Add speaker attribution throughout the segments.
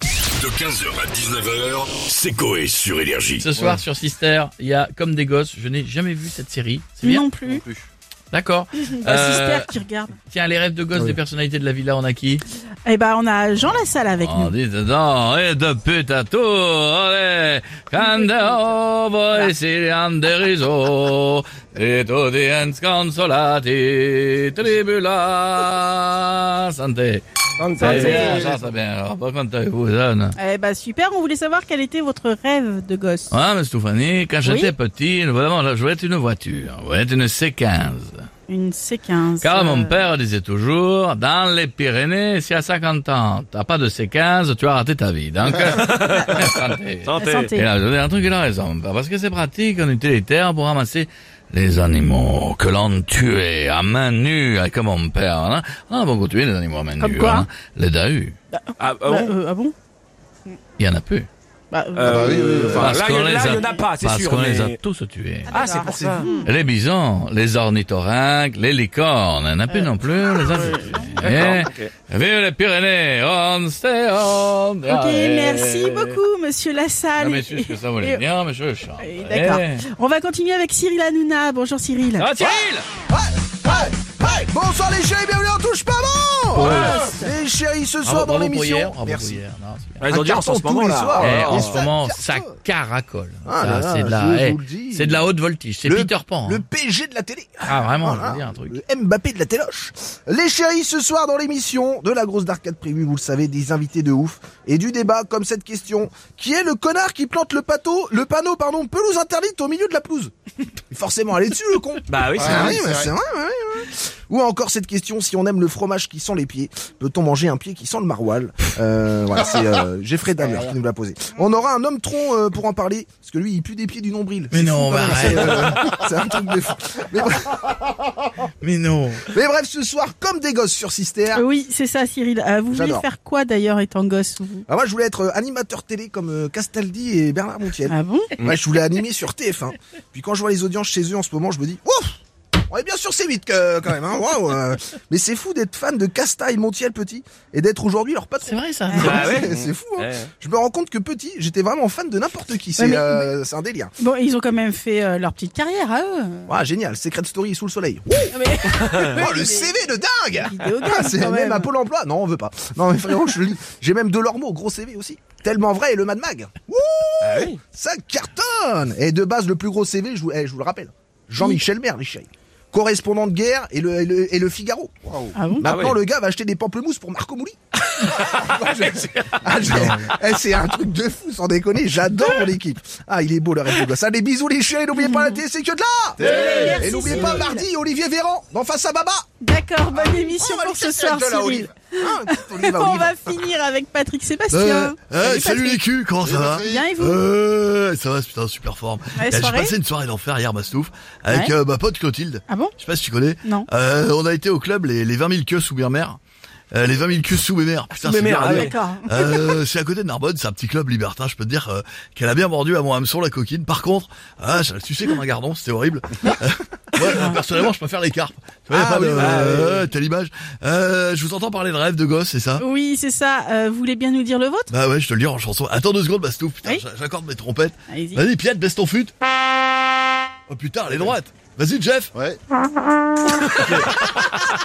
Speaker 1: De 15h à 19h, c'est Coé sur Énergie.
Speaker 2: Ce soir sur Sister, il y a Comme des gosses. Je n'ai jamais vu cette série. C'est bien
Speaker 3: Non plus.
Speaker 2: D'accord.
Speaker 3: Bah,
Speaker 2: Euh,
Speaker 3: Sister qui regarde.
Speaker 2: Tiens, les rêves de gosses des personnalités de la villa, on a qui
Speaker 3: Eh ben, on a Jean Lassalle avec
Speaker 2: Oh,
Speaker 3: nous.
Speaker 2: dis dedans, et de pute à tout, allez, quando voi siete riso, et audience consolati, tribula, santé. C'est bien, ça, c'est bien. Alors, par contre, vous, Anne.
Speaker 3: Eh ben, super. On voulait savoir quel était votre rêve de gosse.
Speaker 2: Ah, mais Stéphanie, quand j'étais
Speaker 3: Oui.
Speaker 2: petit, vraiment, là, je voulais être une voiture, je voulais être une C15.
Speaker 3: Une C15.
Speaker 2: Car mon
Speaker 3: euh,
Speaker 2: père disait toujours, dans les Pyrénées, si à 50 ans, t'as pas de C15, tu as raté ta vie. Donc, santé.
Speaker 3: la santé. Bah,
Speaker 2: Et là, je dis un truc, il a raison. Parce que c'est pratique en utilitaire pour ramasser les animaux que l'on tuait à main nue, avec mon père. hein. On a beaucoup tué les animaux à main
Speaker 3: Comme
Speaker 2: nue.
Speaker 3: quoi
Speaker 2: hein. Les dahus,
Speaker 4: Ah, ah
Speaker 3: bah,
Speaker 4: bon
Speaker 3: euh, ah bon
Speaker 2: il y en a plus.
Speaker 3: Bah, euh,
Speaker 4: Euh, enfin,
Speaker 2: Parce
Speaker 4: là,
Speaker 2: qu'on
Speaker 4: il y en-
Speaker 2: les
Speaker 4: là,
Speaker 2: a-
Speaker 4: il n'y en a pas, c'est
Speaker 2: Parce
Speaker 4: sûr.
Speaker 2: qu'on les a
Speaker 4: mais-
Speaker 2: tous tués.
Speaker 4: Ah, c'est pour ça.
Speaker 2: Les bisons, les ornithorynques, les licornes, il n'y en a plus non plus. on Les a tous tués.
Speaker 4: Ah D'accord,
Speaker 2: Eh,
Speaker 4: ok.
Speaker 2: Vive les Pyrénées, on stay on.
Speaker 3: ok, merci beaucoup, monsieur Lassalle.
Speaker 2: Ah, Non, mais c'est ce que ça voulait
Speaker 3: Et-
Speaker 2: dire, monsieur le chant.
Speaker 3: et- D'accord. On va continuer avec Cyril Hanouna. Bonjour Cyril.
Speaker 2: Eh. Ah, Cyril
Speaker 5: Bonsoir les chéris, bienvenue en touche pas bon Ah, Les chéris ce soir dans
Speaker 2: bravo pour hier,
Speaker 5: l'émission.
Speaker 2: bravo pour
Speaker 5: Merci.
Speaker 2: hier. Non, c'est bien.
Speaker 4: Ah, Ils ont
Speaker 5: Un
Speaker 4: dit en ce
Speaker 5: carton tous
Speaker 4: moment
Speaker 5: les soirs.
Speaker 4: là.
Speaker 2: Eh,
Speaker 5: oh,
Speaker 2: en
Speaker 5: oh.
Speaker 2: ce moment,
Speaker 5: Ça
Speaker 2: ça
Speaker 5: cartonne.
Speaker 2: caracole.
Speaker 5: Ah
Speaker 2: Ça,
Speaker 5: là là,
Speaker 2: c'est de la,
Speaker 5: je
Speaker 2: eh,
Speaker 5: vous le dis.
Speaker 2: c'est de la haute voltige. C'est
Speaker 5: Le-
Speaker 2: Peter Pan.
Speaker 5: Le
Speaker 2: hein.
Speaker 5: PG de la télé.
Speaker 2: Ah, vraiment, je
Speaker 5: Voilà.
Speaker 2: veux dire un truc.
Speaker 5: Le Mbappé de la téloche. Les chéris ce soir dans l'émission de la grosse d'arcade prévue, vous le savez, des invités de ouf et du débat comme cette question qui est le connard qui plante le pâteau, le panneau pardon, pelouse interdite au milieu de la pelouse. Forcément, allez dessus le con.
Speaker 4: Bah oui, c'est
Speaker 5: Ah
Speaker 4: vrai.
Speaker 5: oui, bah, c'est vrai, ouais, ouais. Ou encore cette question, si on aime le fromage qui sent les pieds, peut-on manger un pied qui sent le maroilles euh, Voilà, c'est euh, Geoffrey Dahmer qui nous l'a posé. On aura un homme tronc euh, pour en parler, parce que lui, il pue des pieds du nombril.
Speaker 2: Mais
Speaker 5: C'est
Speaker 2: non,
Speaker 5: fou,
Speaker 2: bah,
Speaker 5: quand même, c'est, euh, c'est un truc de fou. Mais, bref-
Speaker 2: Mais non.
Speaker 5: mais bref, ce soir, comme des gosses sur Sister.
Speaker 3: Euh, Oui, c'est ça, Cyril. Euh, vous voulez
Speaker 5: J'adore.
Speaker 3: faire quoi d'ailleurs étant gosse vous
Speaker 5: Ah, moi, je voulais être euh, animateur télé comme euh, Castaldi et Bernard Montiel.
Speaker 3: Ah bon
Speaker 5: Ouais, je voulais animer sur TF1. Puis quand je vois les audiences chez eux en ce moment, je me dis, ouf on est bien sûr c'est vite que, quand même, hein, waouh, euh. Mais c'est fou d'être fan de Casta et Montiel Petit et d'être aujourd'hui leur
Speaker 2: C'est
Speaker 5: patron.
Speaker 2: vrai, ça.
Speaker 3: Ah
Speaker 4: Bah ouais.
Speaker 5: C'est- c'est fou. hein.
Speaker 4: Ouais.
Speaker 5: Je me rends compte que Petit, j'étais vraiment fan de n'importe qui. C'est
Speaker 3: Ouais, mais-
Speaker 5: euh, c'est un délire.
Speaker 3: Bon, ils ont quand même fait euh, leur petite carrière à eux.
Speaker 5: Ouah, génial. Secret Story sous le soleil.
Speaker 3: mais...
Speaker 5: Ouah, Oh, le CV de dingue.
Speaker 3: Vidéo
Speaker 5: Ah, c'est même, à Pôle emploi. Non, on veut pas. Non, mais frérot, je le lis. J'ai même Delormeau, gros CV aussi. Tellement vrai et le Mad Mag. Wouh
Speaker 4: bah
Speaker 5: Ça cartonne Et de base, le plus gros CV, je vous, eh, je vous le rappelle. Jean-Michel Maire, les chéris. Correspondant de guerre et le, et le, et le Figaro.
Speaker 3: Ah bon
Speaker 5: Maintenant,
Speaker 4: Ah ouais.
Speaker 5: le gars va acheter des pamplemousses pour Marco Mouli. Ah, je- eh, c'est un truc de fou, sans déconner. J'adore mon équipe. Ah, il est beau le reste de gosse. Allez, bisous les chéris. N'oubliez pas la télé, c'est que de là
Speaker 3: Merci,
Speaker 5: Et n'oubliez pas
Speaker 3: Cyril.
Speaker 5: mardi, Olivier Véran, dans Face à Baba.
Speaker 3: D'accord, bonne émission
Speaker 5: Oh, allez,
Speaker 3: pour ce
Speaker 5: c'est
Speaker 3: soir,
Speaker 5: de la
Speaker 3: Cyril.
Speaker 5: olive. Hein, Olive à
Speaker 3: On
Speaker 5: olive.
Speaker 3: va finir avec Patrick Sébastien.
Speaker 6: Euh, hey, salut les
Speaker 3: Patrick.
Speaker 6: culs, comment ça va
Speaker 3: Bien et vous
Speaker 6: euh, Ça va, putain, super forme.
Speaker 3: Ouais,
Speaker 6: Eh, J'ai
Speaker 3: soirée
Speaker 6: passé une soirée d'enfer hier, Mastouf, avec
Speaker 3: Ouais.
Speaker 6: euh, ma pote Clotilde.
Speaker 3: Ah bon
Speaker 6: Je sais pas si tu connais.
Speaker 3: Non.
Speaker 6: Euh, on a été au club les, les 20 000 queues sous mer Euh, les 20 000 queues sous mer Putain,
Speaker 4: sous
Speaker 6: c'est
Speaker 4: Bémère,
Speaker 6: dur à
Speaker 4: ah
Speaker 6: dire.
Speaker 4: ouais.
Speaker 3: D'accord.
Speaker 6: Euh, c'est à côté de Narbonne, c'est un petit club libertin, je peux te dire euh, qu'elle a bien mordu à mon hameçon la coquine. Par contre, ah, je la suçais comme un gardon, c'était horrible. Euh, moi, personnellement, je préfère les carpes. Tu vois, y a
Speaker 5: Ah
Speaker 6: pas de-
Speaker 5: oui, bah,
Speaker 6: euh, t'as l'image. Euh, je vous entends parler de rêve de gosse, c'est ça
Speaker 3: Oui, c'est ça. Euh, vous voulez bien nous dire le vôtre
Speaker 6: Bah ouais, je te le dis en chanson. Attends deux secondes, Bastouf, putain,
Speaker 3: Oui.
Speaker 6: j'a- j'accorde mes trompettes.
Speaker 3: Allez-y.
Speaker 6: Vas-y, Piette, baisse ton fut. Oh putain, elle est droite. Vas-y, Jeff.
Speaker 7: Ouais.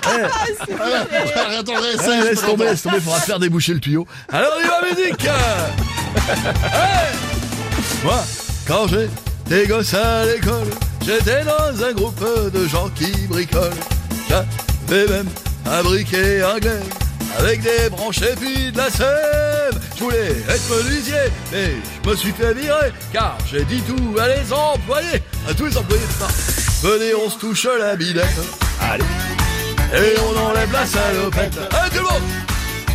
Speaker 6: Ah, Attends, laisse tomber, laisse tomber, faudra faire déboucher le tuyau. Alors, on y va, musique Hey Moi, quand j'étais gosse à l'école, j'étais dans un groupe de gens qui bricolent. J'avais même un briquet anglais, avec des branches et puis de la sève. Je voulais être menuisier, mais je me suis fait virer, car j'ai dit tout à les employés, à tous les employés de ça. Venez, on se touche la bidette. Et on enlève la salopette. Hey, tout le monde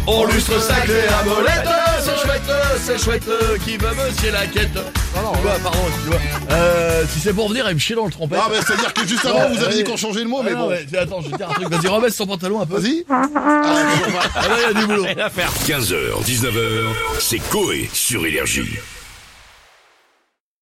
Speaker 6: On lustre sa clé à molette. C'est chouette, c'est chouette qui veut monsieur la quête. Tu vois, pardon, tu vois. Euh, si c'est pour venir et me chier dans le trompette.
Speaker 7: Non, mais c'est à dire que juste avant, vous aviez dit qu'on changeait le mot, mais
Speaker 6: Ah non,
Speaker 7: bon.
Speaker 6: mais attends, je vais te dire un truc. Vas-y, rebaisse ton pantalon un peu.
Speaker 7: Vas-y. bah.
Speaker 6: Ah, là, il y a du boulot.
Speaker 4: Rien à faire.
Speaker 1: 15h, 19h, c'est Coé sur Énergie.